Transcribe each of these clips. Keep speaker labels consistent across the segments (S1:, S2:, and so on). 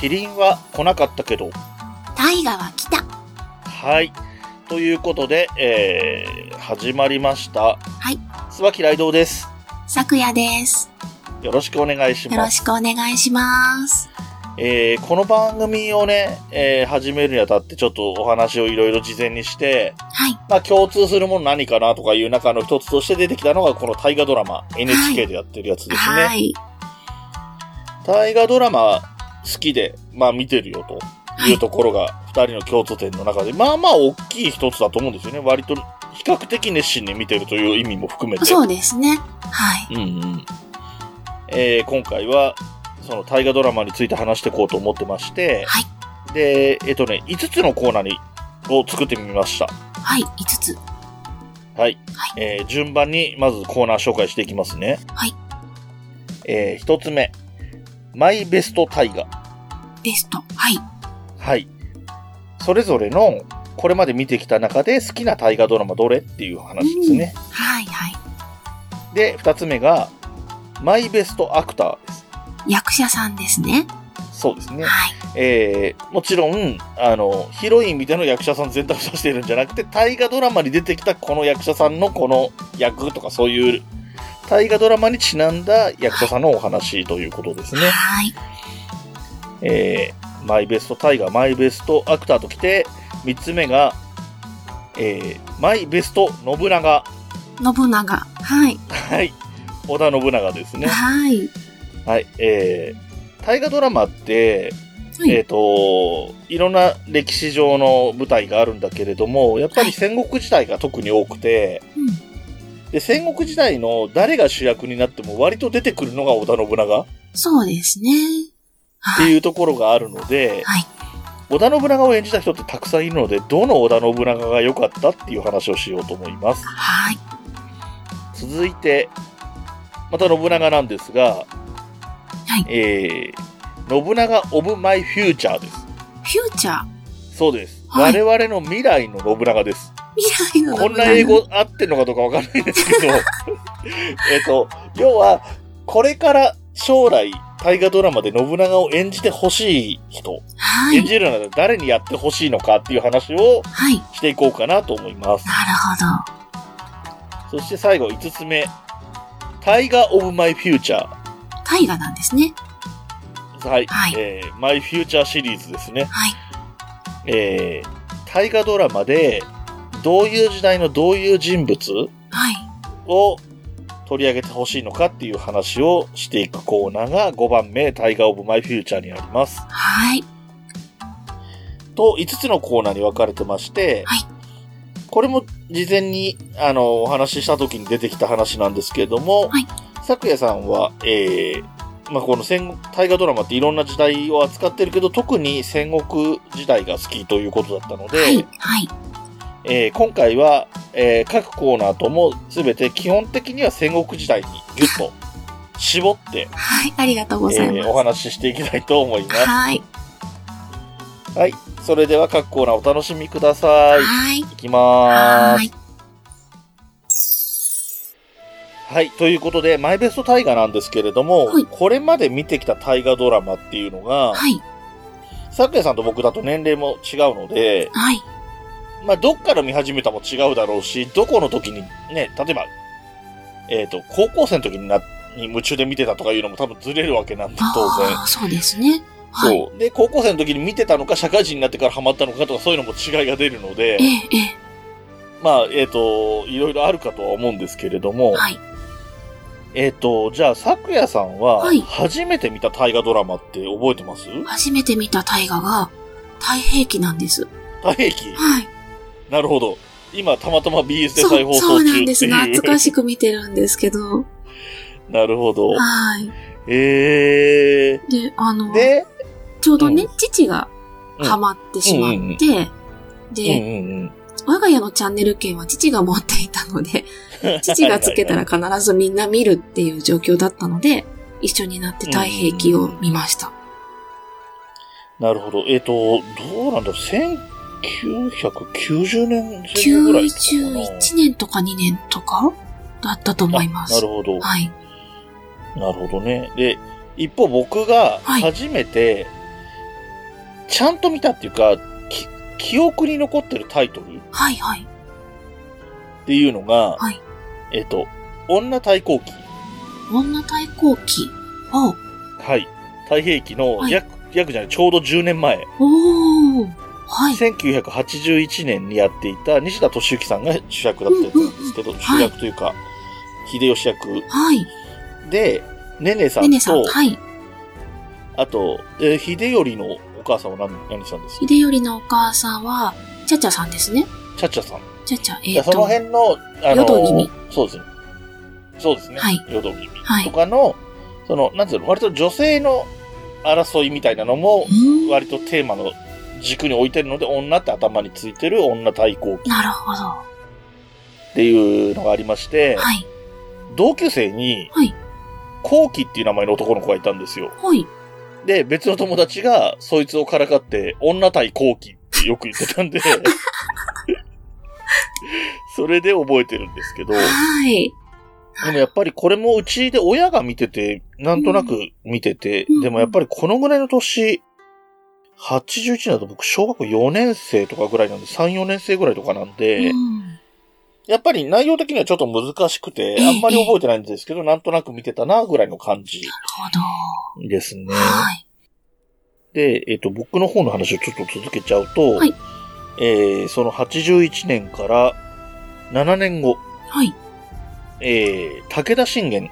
S1: キリンは来なかったけど、
S2: 大河は来た。
S1: はい。ということで、えー、始まりました。
S2: はい。
S1: 椿雷道です。
S2: 昨夜です。
S1: よろしくお願いし
S2: よろ
S1: ます。
S2: しくお願いします。
S1: えー、この番組をね、えー、始めるにあたってちょっとお話をいろいろ事前にして、
S2: はい。
S1: まあ共通するもの何かなとかいう中の一つとして出てきたのがこの大河ドラマ、NHK でやってるやつですね。
S2: はい。
S1: 大河ドラマ好きで、まあ見てるよと
S2: はい
S1: いうところが、二人の共通点の中で、まあまあ大きい一つだと思うんですよね。割と、比較的熱心に見てるという意味も含めて。
S2: そうですね。はい。
S1: うんうん。えー今回は、その大河ドラマについて話していこうと思ってまして、
S2: はい。
S1: で、えっとね、5つのコーナーに、を作ってみました。
S2: はい。5つ。
S1: はい。
S2: は
S1: えー順番に、まずコーナー紹介していきますね。
S2: はい。
S1: えー、1つ目。マイベスト大河。
S2: ベスト。はい。
S1: はい。それぞれの、これまで見てきた中で好きな大河ドラマどれっていう話ですね。
S2: はい。は
S1: で、二つ目が、マイベストアクターです。
S2: い。役者さんですね。
S1: そうですね。
S2: はい。
S1: えー、もちろん、あの、ヒロインみたいな役者さん全体を指しているんじゃなくて、大河ドラマに出てきたこの役者さんのこの役とかそういう、大河ドラマにちなんだ役者さんのお話ということですね。
S2: はい。
S1: えーマイベストタイガー、マイベストアクターときて、3つ目が、えーマイベスト信長。
S2: 信長。はい。
S1: はい。織田信長ですね。
S2: はい。
S1: はい。えー、大河ドラマって、
S2: はい
S1: えっ、と、いろんな歴史上の舞台があるんだけれども、やっぱ
S2: は
S1: り
S2: い
S1: 戦国時代が特に多くて、
S2: うん。
S1: で、戦国時代の誰が主役になっても割と出てくるのが織田信長っ
S2: そうですね。
S1: て
S2: はい。
S1: いうところがあるので、
S2: はい。
S1: 織田信長を演じた人ってたくさんいるので、どの織田信長が良かったっていう話をしようと思います。
S2: はい。
S1: 続いて、また信長なんですが、
S2: はい。
S1: えー、信長オブマイフューチャーです。
S2: フューチャー。
S1: そうです。
S2: はい
S1: 我々の未来の信長です。
S2: 未来の
S1: こ
S2: 信長
S1: んな英語合ってるのかどうかわかんないですけど、 えっと、要は、これから将来、大河ドラマで信長を演じてほしい人、
S2: は
S1: 演
S2: い。
S1: じるなら誰にやってほしいのかっていう話を
S2: はい。
S1: していこうかなと思います。
S2: な
S1: そして最後5つ目。タイガー・オブ・マイ・フューチャー。
S2: るほど。大河なんですね。
S1: はい。
S2: はい
S1: えーマイ・フューチャーシリーズですね。
S2: はい。
S1: えー、大河ドラマで、どういう時代のどういう人物
S2: はい。
S1: を取り上げてほしいのかっていう話をしていくコーナーが5番目、タイガー・オブ・マイ・フューチャーになります。
S2: はい。
S1: と5つのコーナーに分かれてまして、
S2: はい
S1: これも事前にあのお話しした時に出てきた話なんですけれども、
S2: はい
S1: 昨夜さんは、えーまあ、この戦大河ドラマっていろんな時代を扱ってるけど特に戦国時代が好きということだったので、
S2: はい。はい。
S1: えー今回は、えー各コーナーとも全て基本的には戦国時代にギュッと絞って、
S2: はい。ありがとうご
S1: え
S2: ざいま。
S1: ーお話ししていきたいと思いますす。
S2: はい。
S1: はい、それでは各コーナーお楽しみください。
S2: はい。
S1: いきまー
S2: は
S1: す。
S2: い。
S1: はい。ということで、マイベスト大河なんですけれども、
S2: はい
S1: これまで見てきた大河ドラマっていうのが、
S2: はい。
S1: さくやさんと僕だと年齢も違うので、
S2: はい。
S1: まあ、どっから見始めたも違うだろうし、どこの時に、ね、例えば、えっ、と、高校生の時にな、に夢中で見てたとかいうのも多分ずれるわけなんで、当然。
S2: ああ、そうですね。はい。
S1: そう。で、高校生の時に見てたのか、社会人になってからハマったのかとか、そういうのも違いが出るので
S2: え、え、ええ。
S1: まあ、えっ、と、いろいろあるかとは思うんですけれども、
S2: はい。
S1: えっ、と、じゃあ、さくやさんは
S2: はい、
S1: 初めて見た大河ドラマって覚えてます、
S2: 初めて見た大河が、太平記なんです。
S1: 大平記
S2: はい。
S1: なるほど。今、たまたま BS で
S2: そ
S1: 再放
S2: う、そ
S1: 送
S2: う
S1: 中って
S2: ないん
S1: う。
S2: です。懐かしく見てるんですけど。
S1: なるほど。
S2: はい。
S1: えー。
S2: で、あの、
S1: で、
S2: ちょうどね
S1: う、
S2: 父がハマってしまって、
S1: うんう
S2: で、
S1: んうん。
S2: 我が家のチャンネル権は父が持っていたの で、父がつけたら必ずみんな見るっていう状況だったので、一緒になって太平記を見ました。
S1: なるほど。えっ、と、どうなんだろう。1990年前後ぐらいとかな
S2: 91年とか2年とかだったと思いま
S1: あな
S2: す
S1: る。ほど。
S2: はい。
S1: なるほどね。で、一方僕が
S2: はい
S1: 初めて、ちゃんと見たっていうか、き記憶に残ってるタイトルっ
S2: はいはい。
S1: ていうのが、
S2: はい
S1: えっ、と、女対抗期。
S2: 女対抗期。お
S1: はい。太平記の
S2: はい
S1: 約、約じゃない、ちょうど10年前、
S2: おー。はい。
S1: 1981年にやっていた西田敏行さんが主役だったやつなんですけど、主
S2: はい
S1: 役というか、秀吉役
S2: はい。
S1: で、ねねさ
S2: ね
S1: ん
S2: ねさん。
S1: と、
S2: はい。
S1: あと、えー秀頼のお母さんは何何さんです
S2: 秀頼のお母さんは、ちゃちゃさんですね。
S1: ちゃちゃさん。
S2: ちゃちゃ、
S1: い
S2: え
S1: や
S2: っ、
S1: その
S2: と。
S1: 辺の、あの
S2: 淀君
S1: そうですね。そうですね。
S2: はい
S1: 淀君
S2: はい
S1: とかの、その、なんていうの、割と女性の争いみたいなのも
S2: う、ーん
S1: 割とテーマの軸に置いてるので、女って頭についてる女対抗期
S2: なるほど。は
S1: っていうのがありまして、
S2: い。
S1: 同級生に
S2: はい、
S1: 後期っていう名前の男の子がいたんですよ。
S2: はい。
S1: で、別の友達が、そいつをからかって、女対後期ってよく言ってたん で、それで覚えてるんですけど、
S2: はい。
S1: でもやっぱりこれもうちで親が見てて、なんとなく見てて、
S2: うん
S1: でもやっぱりこのぐらいの年、81年だと僕小学校4年生とかぐらいなんで、3、4年生ぐらいとかなんで、
S2: うん
S1: やっぱり内容的にはちょっと難しく て、
S2: ええ
S1: あんまり覚えてないんですけど、なんとなく見てたなぐらいの感じ
S2: なる
S1: ですね
S2: ほど。。はい。
S1: で、えっ、と、僕の方の話をちょっと続けちゃうと、
S2: はい
S1: えーその81年から7年後、
S2: はい。
S1: えー武田信玄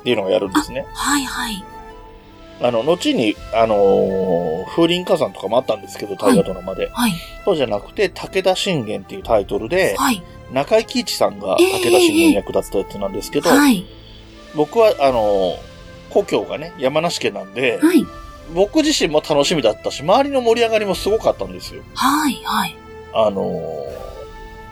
S1: っていうのがやるんですね。
S2: はいはい。
S1: あの、後に、あのー風林火山とかもあったんですけど、大河ドラマで。
S2: はい。
S1: そうじゃなくて、武田信玄っていうタイトルで、
S2: はい。
S1: 中井貴一さんが
S2: え
S1: 武
S2: え
S1: 田信玄役だったやつなんですけど、
S2: はい。
S1: 僕は、あのー故郷がね、山梨県なんで、
S2: はい。
S1: 僕自身も楽しみだったし、周りの盛り上がりもすごかったんですよ。
S2: はい。はい。
S1: あのー、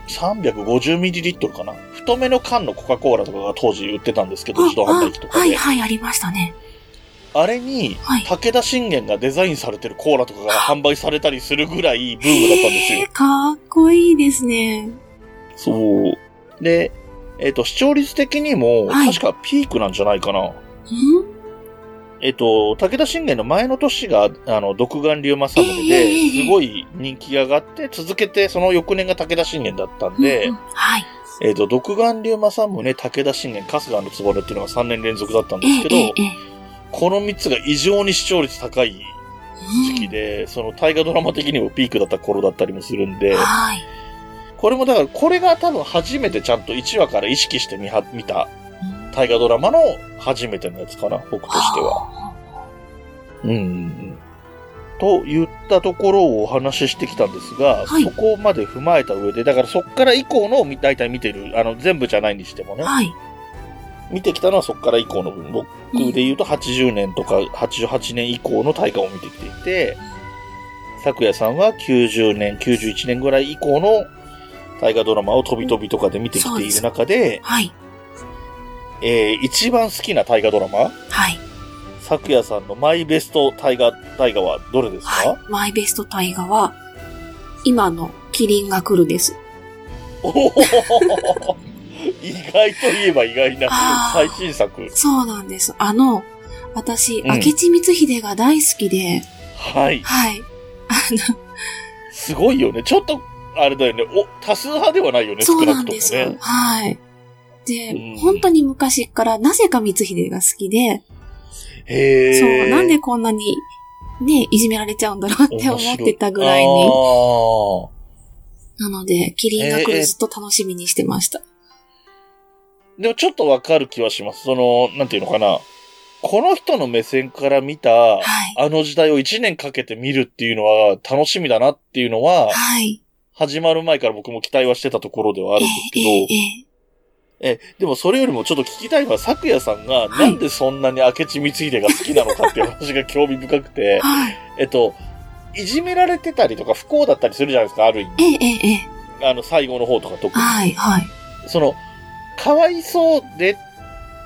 S1: 350ml かな太めの缶のコカ・コーラとかが当時売ってたんですけど、自動販売機と
S2: あ
S1: か
S2: はい
S1: で。
S2: はい、ありましたね。
S1: あれに、
S2: はい。
S1: 武田信玄がデザインされてるコーラとかが販売されたりするぐらいブームだったんです
S2: へ
S1: よ
S2: え。かっこいいですね。
S1: そう。で、えっ、と、視聴率的にも、
S2: はい
S1: 確かピークなんじゃないかな。
S2: うん
S1: えっ、と、武田信玄の前の年が、あの、独眼竜政宗
S2: えええええ
S1: で、
S2: え
S1: すごい人気が上がって、続けて、その翌年が武田信玄だったんで、
S2: うんうんはい。
S1: えっ、と、独眼竜政宗、武田信玄、春日の壺っていうのが3年連続だったん
S2: え
S1: です
S2: え
S1: け
S2: え
S1: ど
S2: え、ええ
S1: この3つが異常に視聴率高い時期で、その大河ドラマ的にもピークだった頃だったりもするん
S2: う
S1: で
S2: ん、はい。
S1: これもだから、これが多分初めてちゃんと1話から意識して見は見た大河ドラマの初めてのやつかな、僕としては。
S2: は。
S1: うんうんうん。と言ったところをお話ししてきたんですが、
S2: はい
S1: そこまで踏まえた上で、だからそっから以降のを見大体見てる、あの、全部じゃないにしてもね、
S2: はい。
S1: 見てきたのはそっから以降の分、僕で言うと80年とか88年以降の大河を見てきていて、咲夜さんは90年、91年ぐらい以降の大河ドラマを飛び飛びとかで見てきている中で、
S2: はい。
S1: えー一番好きな大河ドラマ
S2: はい。
S1: 咲夜さんのマイベスト大河、大河はどれですか、
S2: はい。マイベスト大河は、今のキリンが来るです。
S1: おお 意外といえば意外な
S2: あー
S1: 最新作。
S2: そうなんです。あの、私、
S1: うん
S2: 明智光秀が大好きで、
S1: はい。
S2: はい。あ
S1: すごいよね。ちょっと、あれだよね。お、多数派ではないよね。
S2: の、
S1: 少
S2: そう
S1: な
S2: な
S1: く
S2: ん
S1: とも
S2: です。
S1: ね。
S2: はい。で、
S1: うん
S2: 本当に昔から、なぜか光秀が好きで、
S1: へえ。
S2: そう、なんでこんなに、ね、いじめられちゃうんだろうって思ってたぐらい
S1: あー
S2: に。なので、キリンが来
S1: ええ
S2: るずっと楽しみにしてました。
S1: でもちょっとわかる気はします。その、なんていうのかな。この人の目線から見た、
S2: はい。
S1: あの時代を一年かけて見るっていうのは楽しみだなっていうのは、
S2: はい。
S1: 始まる前から僕も期待はしてたところではあ
S2: え
S1: るんですけど、
S2: えええ
S1: え、でもそれよりもちょっと聞きたいのは、咲夜さんが
S2: は、
S1: ないんでそんなに明智光秀が好きなのかっていう話が興味深くて
S2: はい。
S1: えっと、いじめられてたりとか不幸だったりするじゃないですか、ある意味。
S2: ええええええ
S1: あの、最後の方とか特に。
S2: はい、はい。
S1: その、かわいそうで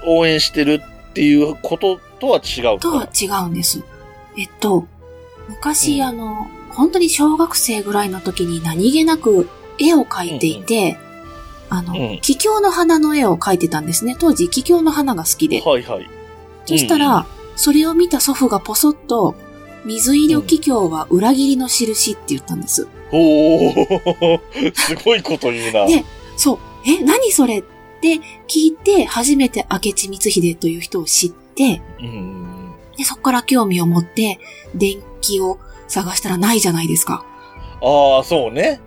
S1: 応援してるっていうこととは違う
S2: と
S1: か
S2: は
S1: ら。
S2: 違うんです。えっと、
S1: う
S2: 昔、
S1: ん
S2: あの、本当に小学生ぐらいの時に何気なく絵を描いていて、あの、
S1: うん
S2: 気境の花の絵を描いてたんですね。当時、気境の花が好きで。
S1: はいはい。
S2: そしたら、それを見た祖父がポソッと、水医療企業は裏切りの印って言ったんです。
S1: おお すごいこと言うな。
S2: でそう。え、何それって聞いて、初めて明智光秀という人を知って、
S1: うん。
S2: で、そこから興味を持って、電気を探したらないじゃないですか。
S1: ああ、そうね。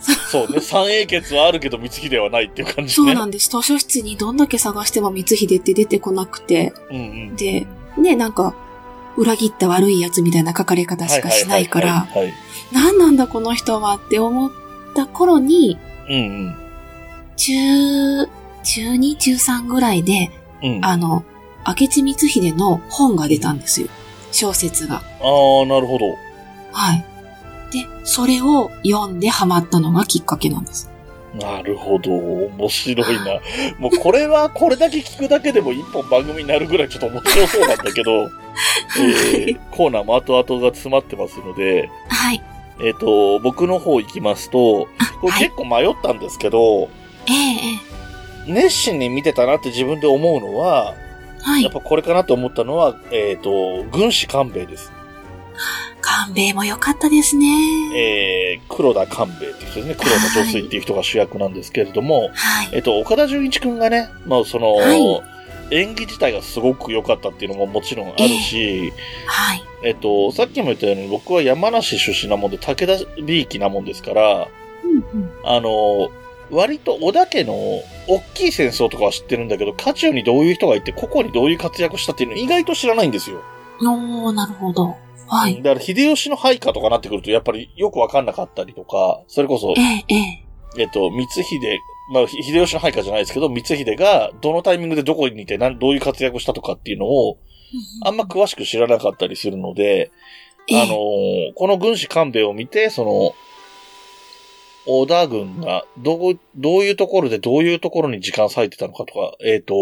S1: そうね。三英傑はあるけど、光秀はないっていう感じ
S2: そ
S1: ね。
S2: うなんです。図書室にどんだけ探しても光秀って出てこなくて、
S1: うんうん。
S2: で、ね、なんか、裏切った悪いやつみたいな書かれ方しかしないから、
S1: はいはいはい
S2: 何なんだこの人はって思った頃に、
S1: はい。うん
S2: 中、中2、中3ぐらいで、
S1: うん。うん。あ
S2: あの、明智光秀の本が出たんですよ。小説が。
S1: あー、なるほど。
S2: はい。で、それを読んでハマったのがきっかけなんです。
S1: なるほど。面白いな。もうこれはこれだけ聞くだけでも一本番組になるぐらいちょっと面白そうなんだけ ど、えーコーナーも後々が詰まってますので、
S2: はい。
S1: えっ、と、僕の方行きますと、これ
S2: はい
S1: 結構迷ったんですけど、
S2: えええ
S1: 熱心に見てたなって自分で思うのは、
S2: えは
S1: やっ
S2: い。
S1: ぱこれかなと思ったのは、えっ、と、軍師官兵衛です。
S2: 官兵衛も良かったですね。
S1: えー、黒田官兵衛っていう人ですね。黒田上水っていう人が主役なんですけれども、
S2: はい。
S1: えっと、岡田准一君がね、まあその、
S2: はい
S1: 演技自体がすごく良かったっていうのももちろんあるし、
S2: はい。
S1: えっと、さっきも言ったように僕は山梨出身なもんで武田美幸なもんですから、
S2: うんうん。
S1: あの、割と織田家の大きい戦争とかは知ってるんだけど、家中にどういう人がいて、個々にどういう活躍したっていうの意外と知らないんですよ。
S2: おー、なるほど。はい。
S1: だから秀吉の配下とかなってくると、やっぱりよくわかんなかったりとか、それこそ
S2: え、えええ
S1: えっと、光秀、まあ、ひ秀吉の配下じゃないですけど、光秀がどのタイミングでどこにいて、なんどういう活躍したとかっていうのを、あんま詳しく知らなかったりするので、
S2: ええ
S1: あのーこの軍師官兵衛を見て、その、織田軍がどう、どういうところでどういうところに時間割いてたのかとか、えっ、と、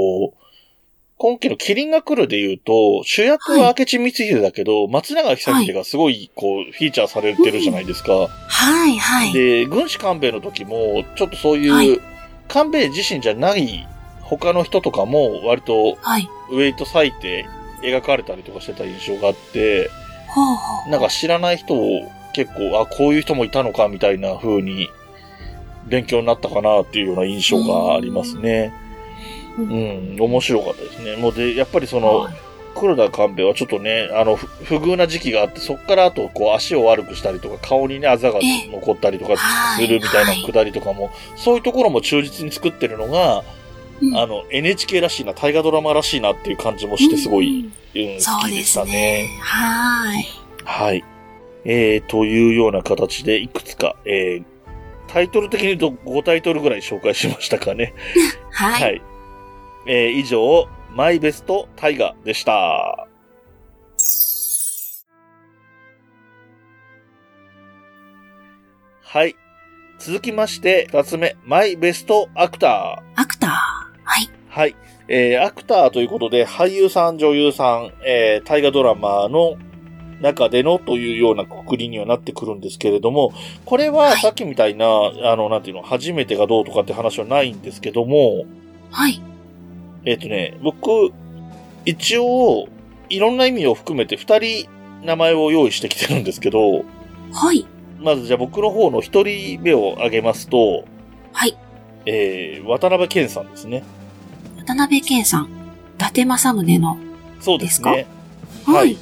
S1: 今期の麒麟が来るで言うと、主役は明智光秀だけど、松永久秀がすごい、こう、フィーチャーされてるじゃないですか。
S2: はい、はい。
S1: で、軍師官兵衛の時も、ちょっとそう
S2: はい
S1: いう、官兵衛自身じゃない他の人とかも、割と
S2: はい。
S1: ウェイト割いて描かれたりとかしてた印象があって、
S2: ほうほう。
S1: なんか知らない人を結構、あ、こういう人もいたのかみたいな風に、勉強になったかなっていうような印象がありますね。
S2: う
S1: うんん、面白かったですね。もうで、やっぱりその、黒田官兵衛はちょっとね、あの、ふ不遇な時期があって、そこからあと、こう、足を悪くしたりとか、顔にね、あざが
S2: ええ
S1: 残ったりとか
S2: は
S1: す
S2: い
S1: るみた
S2: はい
S1: ないくだりとかも、そういうところも忠実に作ってるのが、
S2: うん
S1: あの、NHK らしいな、大河ドラマらしいなっていう感じもして、すごい、
S2: うん
S1: うん、好
S2: そう
S1: きで
S2: で
S1: し
S2: す
S1: た
S2: ね
S1: ね。。
S2: はい。
S1: はい。えー、というような形で、いくつか、えー、タイトル的に言うと5タイトルぐらい紹介しましたかね。
S2: はい。
S1: はい。えー、以上、マイベストタイガでした。はい。続きまして、二つ目、マイベストアクター。
S2: アクター。はい。
S1: はい。えー、アクターということで、俳優さん、女優さん、えー、大河ドラマの中でのというようなくくりにはなってくるんですけれども、これ
S2: は
S1: はいさっきみたいな、あの、なんていうの、初めてがどうとかって話はないんですけども、
S2: はい。
S1: えっ、とね、僕、一応、いろんな意味を含めて二人名前を用意してきてるんですけど、
S2: はい。
S1: まずじゃあ僕の方の一人目を挙げますと、
S2: はい。
S1: えー、渡辺謙さんですね。
S2: 渡辺謙さん。伊達政宗の。
S1: そうですね。は
S2: はいい。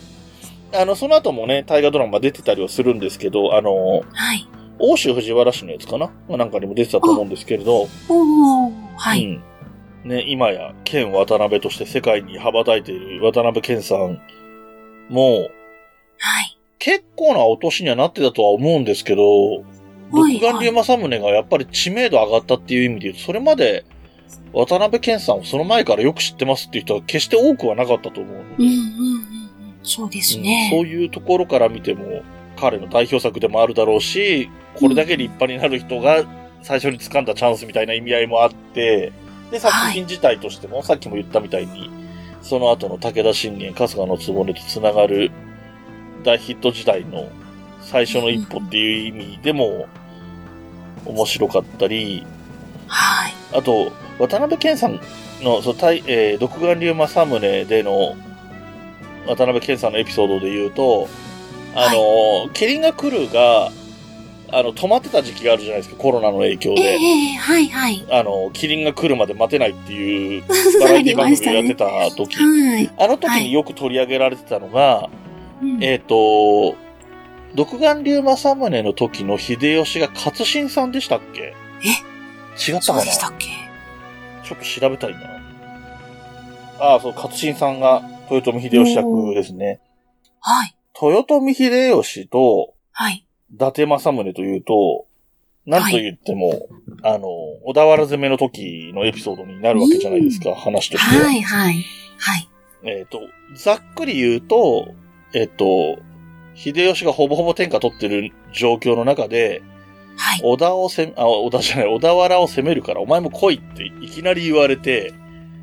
S1: あの、その後もね、大河ドラマ出てたりはするんですけど、あの、
S2: はい。
S1: 欧州藤原氏のやつかなまあなんかにも出てたと思うんですけれど、
S2: おー。はい。
S1: うん。ね、今や、剣渡辺として世界に羽ばたいている渡辺謙さんも、
S2: はい。
S1: 結構なお年にはなってたとは思うんですけど、
S2: はい
S1: 独眼竜政宗がやっぱり知名度上がったっていう意味で言うと、それまで渡辺謙さんをその前からよく知ってますっていう人は決して多くはなかったと思うの
S2: う
S1: で、
S2: んうんうんうん。そうですね。
S1: うんそういうところから見ても、彼の代表作でもあるだろうし、これだけ立派になる人が最初に掴んだチャンスみたいな意味合いもあって、で、作品自体としても、さっきも言ったみたいに、その後の武田信玄、春日の局とつながる大ヒット時代の最初の一歩っていう意味でも、面白かったり、
S2: はい。
S1: あと、渡辺謙さんの、そう、対、えー、独眼竜政宗での、渡辺謙さんのエピソードで言うと、あの、ケリンガクルーが、あの、止まってた時期があるじゃないですか、コロナの影響
S2: ええ
S1: で。
S2: ええはいはい。
S1: あの、キリンが来るまで待てないっていう、バラ
S2: あ
S1: エテ
S2: り
S1: ィ番
S2: まし
S1: 組
S2: た
S1: をやってた
S2: ね。
S1: 時。
S2: はい。
S1: あの時によく取り上げられてたのが、
S2: うん
S1: えっ、と、独眼竜政宗の時の秀吉が勝新さんでしたっけ違った
S2: そ
S1: か
S2: う
S1: な
S2: でしたっけ
S1: ちょっと調べたいな。ああ、そう、勝新さんが豊臣秀吉役ですね。
S2: はい。
S1: 豊臣秀吉と
S2: はい。
S1: 伊達政宗というと、なんと言っても、あの、小田原攻めの時のエピソードになるわけじゃないですか、話としては。
S2: はいはい。はい。
S1: えっ、と、ざっくり言うと、えっ、と、秀吉がほぼほぼ天下取ってる状況の中で、
S2: はい。
S1: 小田を攻め、あ、小田じゃない、小田原を攻めるからお前も来いっていきなり言われて、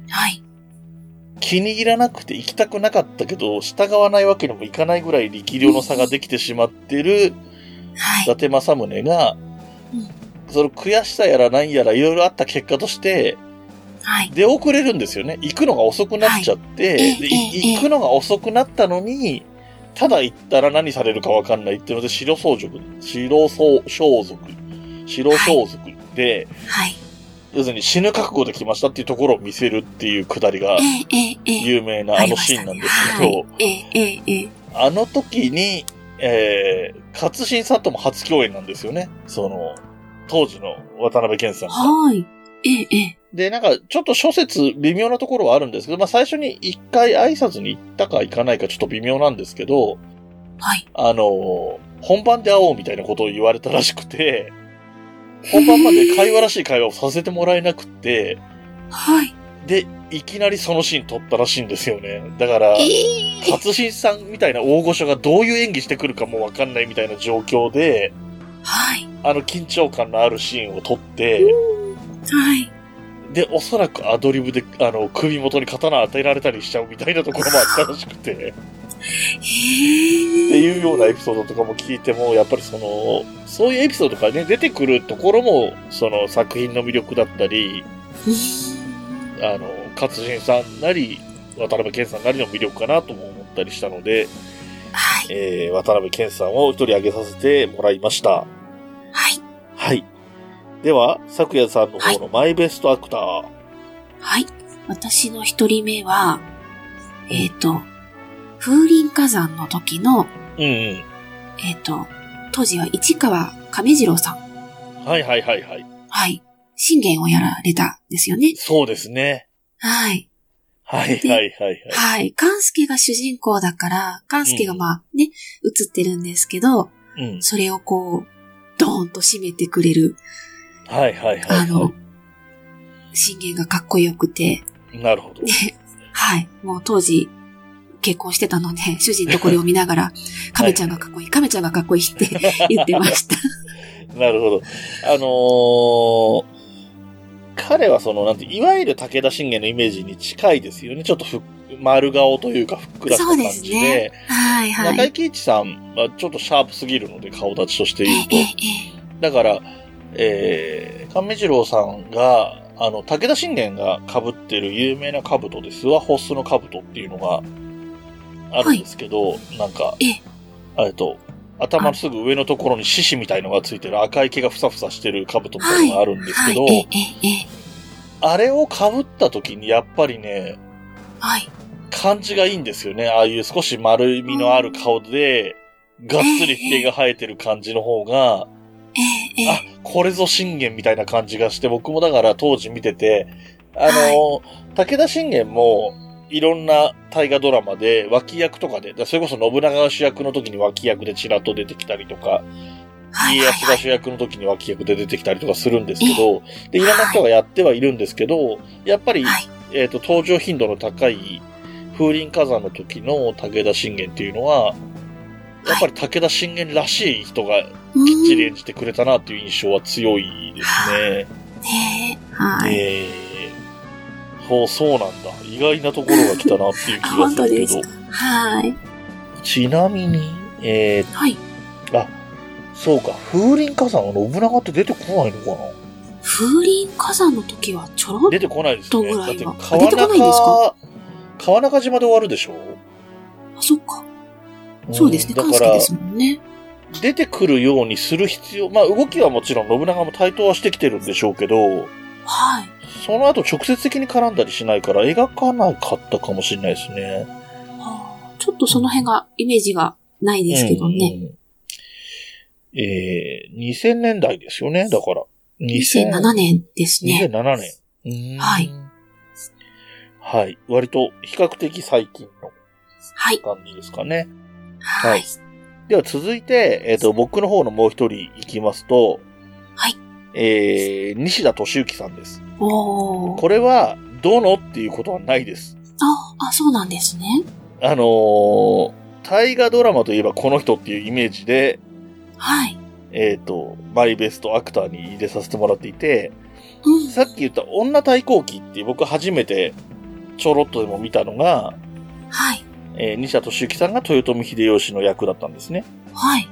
S2: はい。
S1: 気に入らなくて行きたくなかったけど、従わないわけにもいかないぐらい力量の差ができてしまってる
S2: は
S1: 伊
S2: い。
S1: 達政宗が
S2: うん、
S1: その悔しさやら何やらいろいろあった結果として、
S2: はい。
S1: 出遅れるんですよね。行くのが遅くなっちゃって、
S2: いええ
S1: で
S2: ええ
S1: 行くのが遅くなったのに、ただ行ったら何されるかわかんないっていうので、白装束、白装装束、白装束で、
S2: はい。
S1: 要するに死ぬ覚悟で来ましたっていうところを見せるっていうくだりが
S2: ええええええ
S1: 有名なあのシーンなんですけ
S2: あり
S1: ど、
S2: ましたねはい。ええええええ
S1: あの時に、えー、勝新さんとも初共演なんですよね。その、当時の渡辺謙さんが。
S2: はい。ええええ
S1: で、なんか、ちょっと諸説微妙なところはあるんですけど、まあ最初に一回挨拶に行ったか行かないかちょっと微妙なんですけど、
S2: はい。
S1: あのー本番で会おうみたいなことを言われたらしく て、本番まで会話らしい会話をさせてもらえなくて、
S2: はい。
S1: で、いきなりそのシーン撮ったらしいんですよね。だから、
S2: ええ
S1: 勝新さんみたいな大御所がどういう演技してくるかもわかんないみたいな状況で、
S2: はい。
S1: あの緊張感のあるシーンを撮って、
S2: はい。
S1: で、おそらくアドリブで、あの、首元に刀当てられたりしちゃうみたいなところもあったらしくて、って
S2: ええ
S1: いうようなエピソードとかも聞いても、やっぱりその、そういうエピソードがね、出てくるところも、その作品の魅力だったり、あの、勝新さんなり、渡辺謙さんなりの魅力かなとも思ったりしたので、
S2: はい。
S1: えー、渡辺謙さんを取り上げさせてもらいました。
S2: はい。
S1: はい。では、咲夜さんの方のマイベストアクター。
S2: はい。私の一人目は、えっ、と、風林火山の時の、
S1: うん
S2: えっ、と、当時は市川亀次郎さん。
S1: うん。はいはいはいはい。
S2: はい。信玄をやられたんですよね。
S1: そうですね。
S2: はい。
S1: はいはいはいはい。
S2: はい。勘介が主人公だから、勘介がまあね、映ってるんですけど、
S1: うん。
S2: それをこう、ドーンと締めてくれる、
S1: はいはいはい、
S2: あの
S1: は、
S2: 信玄がかっこよくて、
S1: い。なるほど。
S2: はい。もう当時、結婚してたので、主人とこれを見ながら、亀ちゃんがかっこいい、亀ちゃんがかっこいい って言ってました。
S1: なるほど。あのー、彼はその、なんて、いわゆる武田信玄のイメージに近いですよね。ちょっとふっ丸顔というかふっくらした
S2: そう
S1: 感
S2: です
S1: じで。
S2: ねはいは
S1: 中
S2: い。
S1: 井貴一さんはちょっとシャープすぎるので、顔立ちとして
S2: ええ
S1: 言うと
S2: え。え
S1: だから、えー、亀次郎さんが、あの、武田信玄が被ってる有名な兜で、諏訪ホスの兜っていうのがあるんですけど、なんか
S2: ええ、
S1: えっと、頭のすぐ上のところに獅子みたいのがついてる赤い毛がふさふさしてる兜みたいなのがあるんです
S2: は
S1: け
S2: い。
S1: ど、
S2: ええええええ
S1: あれを被った時にやっぱりね、
S2: はい。
S1: 感じがいいんですよね。ああいう少し丸みのある顔で、がっつり毛が生えてる感じの方が、
S2: えええ
S1: あ
S2: え、
S1: これぞ信玄みたいな感じがして、僕もだから当時見てて、あの、武田信玄も、いろんな大河ドラマで脇役とかで、だからそれこそ信長が主役の時に脇役でちらっと出てきたりとか、
S2: はい
S1: 家
S2: はい
S1: 康
S2: は
S1: が
S2: い。
S1: 主役の時に脇役で出てきたりとかするんですけど、で、いろんな人がやってはいるんですけど、やっぱり、
S2: はい
S1: えっ、と、登場頻度の高い風林火山の時の武田信玄っていうのは、やっぱり武田信玄らしい人が
S2: うん
S1: きっちり演じてくれたなっていう印象は強いですね。
S2: ねえはい。
S1: えー、そう、そうなんだ。意外なところが来たなっていう気
S2: あ、
S1: が
S2: 本
S1: す
S2: 当
S1: るけ
S2: です
S1: ど
S2: か。。はい。
S1: ちなみに、え
S2: はい。
S1: ー、あ、そうか、風林火山は信長って出てこないのかな
S2: 風林火山の時はちょろっ
S1: 出てこないですね。
S2: どんぐ
S1: だ
S2: ら
S1: っ
S2: い
S1: て
S2: は
S1: 川
S2: あ出てこないんです
S1: 中、川中島で終わるでしょ
S2: あ、そっか。そうですね、
S1: だ
S2: 関
S1: から
S2: 西ですもんね。
S1: 出てくるようにする必要、まあ動きはもちろん信長も対等はしてきてるんでしょうけど、
S2: はい。
S1: その後直接的に絡んだりしないから描かなかったかもしれないですね。
S2: はあちょっとその辺が、イメージがないですけどね。
S1: うんうんえー、2000年代ですよね、だから。2000
S2: 2007年ですね。
S1: 2007年。うーん
S2: はい。
S1: はい。割と比較的最近の
S2: はい。
S1: 感じですかね。
S2: はい。
S1: では続いて、えっ、と、僕の方のもう一人行きますと、
S2: はい。
S1: えー、西田敏行さんです。
S2: おー。
S1: これは、どのっていうことはないです。
S2: あ、あ、そうなんですね。
S1: あのー、大河ドラマといえばこの人っていうイメージで、
S2: はい。
S1: えっ、と、マイベストアクターに入れさせてもらっていて、
S2: うん。
S1: さっき言った女対抗期っていう僕初めてちょろっとでも見たのが、
S2: はい。
S1: えー西田敏行さんが豊臣秀吉の役だったんですね。
S2: はい。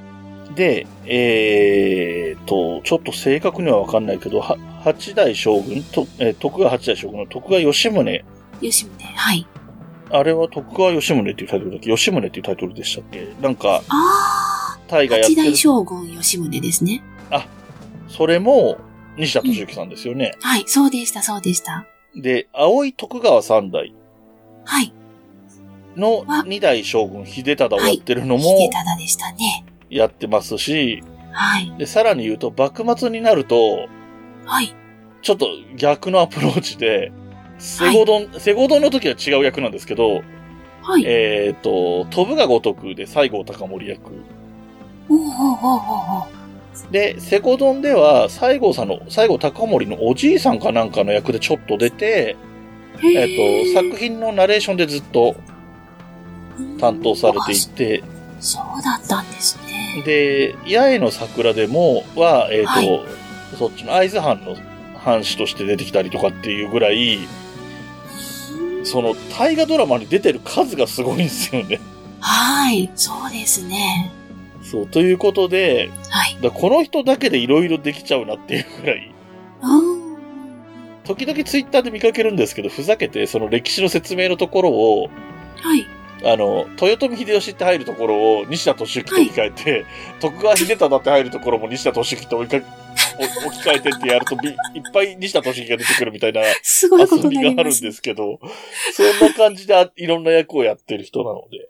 S1: で、えー、と、ちょっと正確にはわかんないけど、は八代将軍と、えー徳川八代将軍の徳川吉宗、
S2: 吉宗。はい。
S1: あれは徳川吉宗っていうタイトルだっけ吉宗っていうタイトルでしたっけなんか、
S2: あ
S1: 大
S2: ー。
S1: 河やっ
S2: 八
S1: てる
S2: 代。将軍吉宗ですね。
S1: それも、西田敏行さんですよね。
S2: はい。そうでした、そうでした。
S1: で、青い徳川三代
S2: はい。
S1: の
S2: あ
S1: 二代将軍秀忠をやってるの
S2: 秀
S1: も
S2: 忠でしたね。
S1: やってますし、
S2: はい。
S1: で、さらに言うと、幕末になると、
S2: はい。
S1: ちょっと逆のアプローチで、セゴドン、セゴドンの時は違う役なんですけど、
S2: はい。
S1: えっ、と、飛ぶが如くで西郷隆盛役。
S2: おーおーおーおーおー
S1: で、セゴドンでは西郷さんの、西郷隆盛のおじいさんかなんかの役でちょっと出て、えっ、
S2: へー
S1: と、作品のナレーションでずっと担当されていて、
S2: あそうだったんですね。
S1: で、八重の桜でも、は、えっ、と、
S2: は
S1: そっちの会津藩の藩士として出てきたりとかっていうぐらい、その、大河ドラマに出てる数がすごいんですよね。
S2: はい。そうですね。
S1: そう、ということで、
S2: はい。
S1: だこの人だけでいろいろできちゃうなっていうぐらい、
S2: うん。
S1: 時々ツイッターで見かけるんですけど、ふざけて、その歴史の説明のところを、
S2: はい。
S1: あの、豊臣秀吉って入るところを西田敏行と置き換えて、徳川秀忠って入るところも西田敏行と置き換えお置き換えてってやるとびいっぱい西田敏行が出てくるみたいな
S2: すごいこ
S1: 遊
S2: とにな
S1: び
S2: り
S1: があ
S2: ま
S1: るん
S2: す。
S1: ですけど、そんな感じであいろんな役をやってる人なので。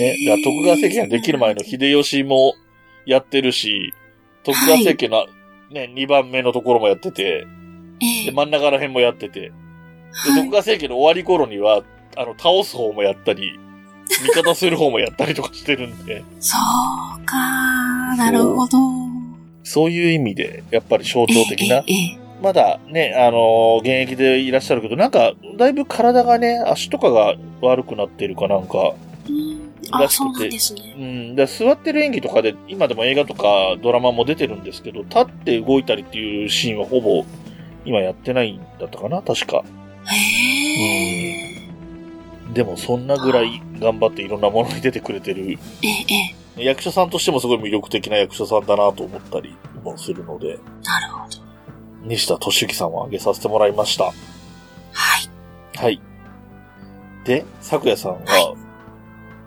S1: ね。だから徳川政権ができる前の
S2: で。
S1: 秀吉もやってるし、徳川政権のね、2番目のところもやってて、
S2: え
S1: で
S2: え
S1: 真ん中ら辺もやってて、で、
S2: は
S1: 徳川
S2: い
S1: 政権の終わり頃には、あの、倒す方もやった り、味方する方もやったりとかしてるんで、
S2: そうか。なるほど。
S1: そういう意味で、やっぱり象徴的
S2: え
S1: な、
S2: えええ
S1: まだね、あのー現役でいらっしゃるけど、なんか、だいぶ体がね、足とかが悪くなってるかなんか、
S2: うん
S1: ら
S2: あ、
S1: しくて
S2: そうなんです
S1: う
S2: ね。
S1: ん、だから座ってる演技とかで、今でも映画とかドラマも出てるんですけど、立って動いたりっていうシーンはほぼ、今やってないんだったかな、確か。
S2: へえ。
S1: でも、そんなぐらい頑張っていろんなものに出てくれてる
S2: ええええ
S1: 役者さんとしてもすごい魅力的な役者さんだなと思ったりもするので、
S2: なるほど。
S1: 西田敏行さんを挙げさせてもらいました。
S2: はい。
S1: はい。で、咲夜さんは、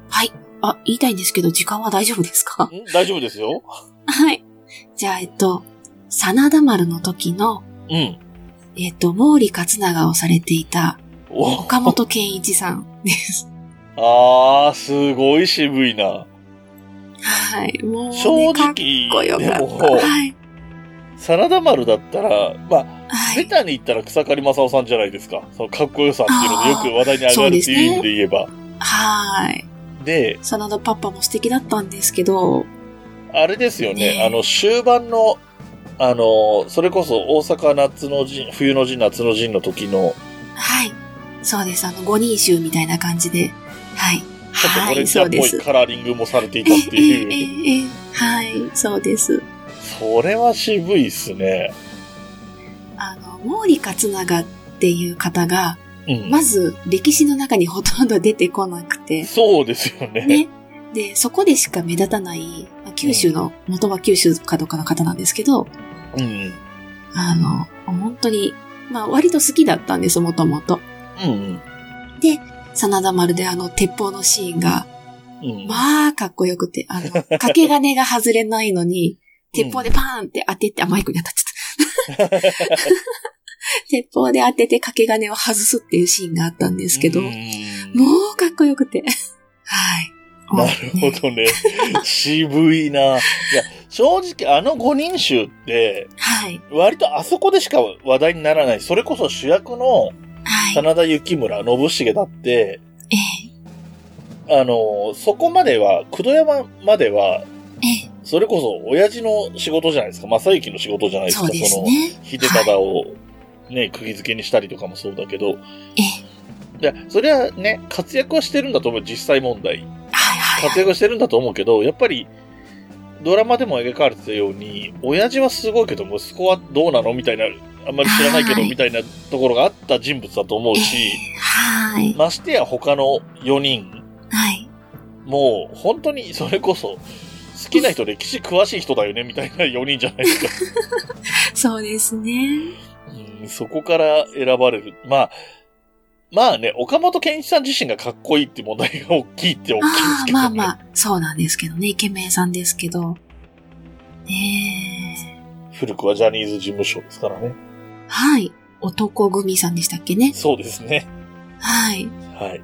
S2: はあ、言いたいんですけど、時間は大丈夫ですか
S1: ん大丈夫ですよ。
S2: はい。じゃあ、えっと、真田丸の時の、
S1: うん。
S2: えっと、毛利勝長をされていた
S1: お
S2: 岡本健一さんです。
S1: あー、すごい渋いな。
S2: はい。もう、ね、
S1: 正
S2: かっ
S1: 直、
S2: こよかった。
S1: でも、
S2: はい。
S1: 真田丸だったら、まあ、
S2: は
S1: ベ
S2: い。
S1: タに言ったら草刈正雄さんじゃないですか。そのかっこよさっていうのでよく話題に上がるっていう意味で言えば。
S2: はい。
S1: で、
S2: 真田パパも素敵だったんですけど、
S1: あれですよね、
S2: ねえ
S1: あの、終盤の、あの、それこそ大阪夏の陣、冬の陣、夏の陣の時の、
S2: はい。そうです。あの、五人衆みたいな感じで、はい。
S1: ちょっと
S2: は
S1: オレン
S2: い、
S1: ジ
S2: そ
S1: ャ
S2: う
S1: ー
S2: で
S1: っ
S2: す
S1: ぽい。カラーリングもされてい
S2: え
S1: たっ
S2: え
S1: て
S2: え
S1: いう、
S2: えええはい、そうです。
S1: それは渋いっすね。
S2: あの、毛利勝長っていう方が、
S1: うん。
S2: まず歴史の中にほとんど出てこなくて、
S1: そうですよね。
S2: ね。で、そこでしか目立たない、まあ九州の、元は九州かどうかの方なんですけど、
S1: うん。うん
S2: あの、本当に、まあ割と好きだったんです、もともと。
S1: うん。
S2: で、真田丸であの鉄砲のシーンが、
S1: うん。
S2: まあ、かっこよくて、 あの、掛け金が外れないのに、鉄砲でパーンって当てて、あ、マイクに当たっち ゃった。鉄砲で当てて掛け金を外すっていうシーンがあったんですけど、
S1: うん
S2: もうかっこよくて。はい。
S1: なるほ
S2: ね
S1: どね。渋 いな。いや、正直あの5人衆って、
S2: はい。
S1: 割とあそこでしか話題にならない。それこそ主役の
S2: はい。
S1: 真田幸村、信繁だって、
S2: え
S1: あの、そこまでは、工藤山までは、
S2: え、え
S1: それこそ親父の仕事じゃないですか。正幸の仕事じゃない
S2: え、
S1: です
S2: そう
S1: か。
S2: ですね。
S1: 秀忠をね、釘付けにしたりとかもそうだけど、
S2: え
S1: いや、それはね、活躍はしてるんだと思う、実際問題。
S2: え、はいはいは
S1: 活躍はしてるんだと思うけど、やっぱり、ドラマでも描かれてたように、親父はすごいけど、息子はどうなのみたいな、あんまり知らないけど、
S2: はい
S1: みたいなところがあった人物だと思うし、
S2: い。はい。
S1: ましてや他の4人、
S2: はい。
S1: もう本当にそれこそ、好きな人、歴史詳しい人だよね、みたいな4人じゃないですか。
S2: そうですね。
S1: うんそこから選ばれる。まあ、まあね、岡本健一さん自身がかっこいいって問題が大きいって大きいんで
S2: あ
S1: す
S2: あ、
S1: けど、ね。
S2: まあまあ、そうなんですけどね。イケメンさんですけど。ね
S1: 古くはジャニーズ事務所ですからね。
S2: え。はい。男組さんでしたっけね。
S1: そうですね。
S2: はい。
S1: はい。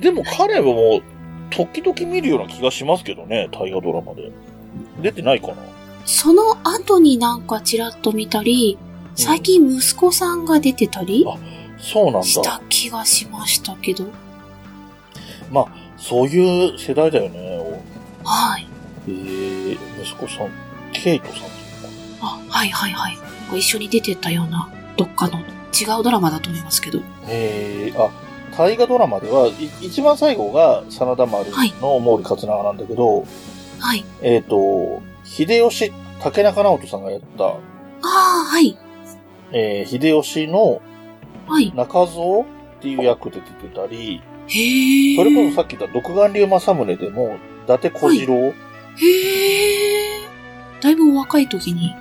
S1: でも彼はもう、時々見るような気がしますけどね、大河ドラマで。出てないかな。
S2: その後になんかちらっと見たり、最近息子さんが出てたり
S1: あそうなん
S2: し
S1: だ。
S2: た気がしましたけど。
S1: そういう世代だよね。
S2: はい。
S1: えー、息子さん、ケイトさんっていう
S2: あ、はいはいはい。なんか一緒に出てたような、どっかの違うドラマだと思いますけど。
S1: のか。えー、あ、大河ドラマでは、い一番最後が真田丸
S2: はい
S1: の毛利勝長なんだけど、
S2: はい。
S1: えっ、と、秀吉、竹中直人さんがやった、
S2: ああ、はい。
S1: えー、秀吉の
S2: はい。
S1: 中蔵っていう役で出てたり、
S2: へえ。
S1: それこそさっき言った独眼竜政宗でも、伊達小次郎、
S2: へえ。だいぶお若い時に、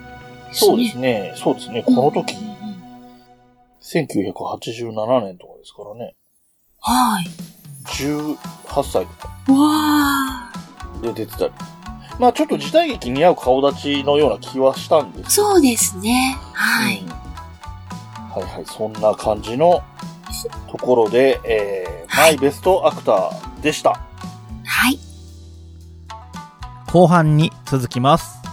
S1: そうですね、そうですね、この時、
S2: うんうんうん
S1: 1987年とかですからね、
S2: はい。
S1: 18歳とか
S2: わあ。
S1: で出てたり。まあちょっと時代劇に合う顔立ちのような気はしたんです
S2: そうですね。はい。
S1: うんはいはい、そんな感じのところで、えー、マイベストアクターでした。
S2: はい。
S3: 後半に続きます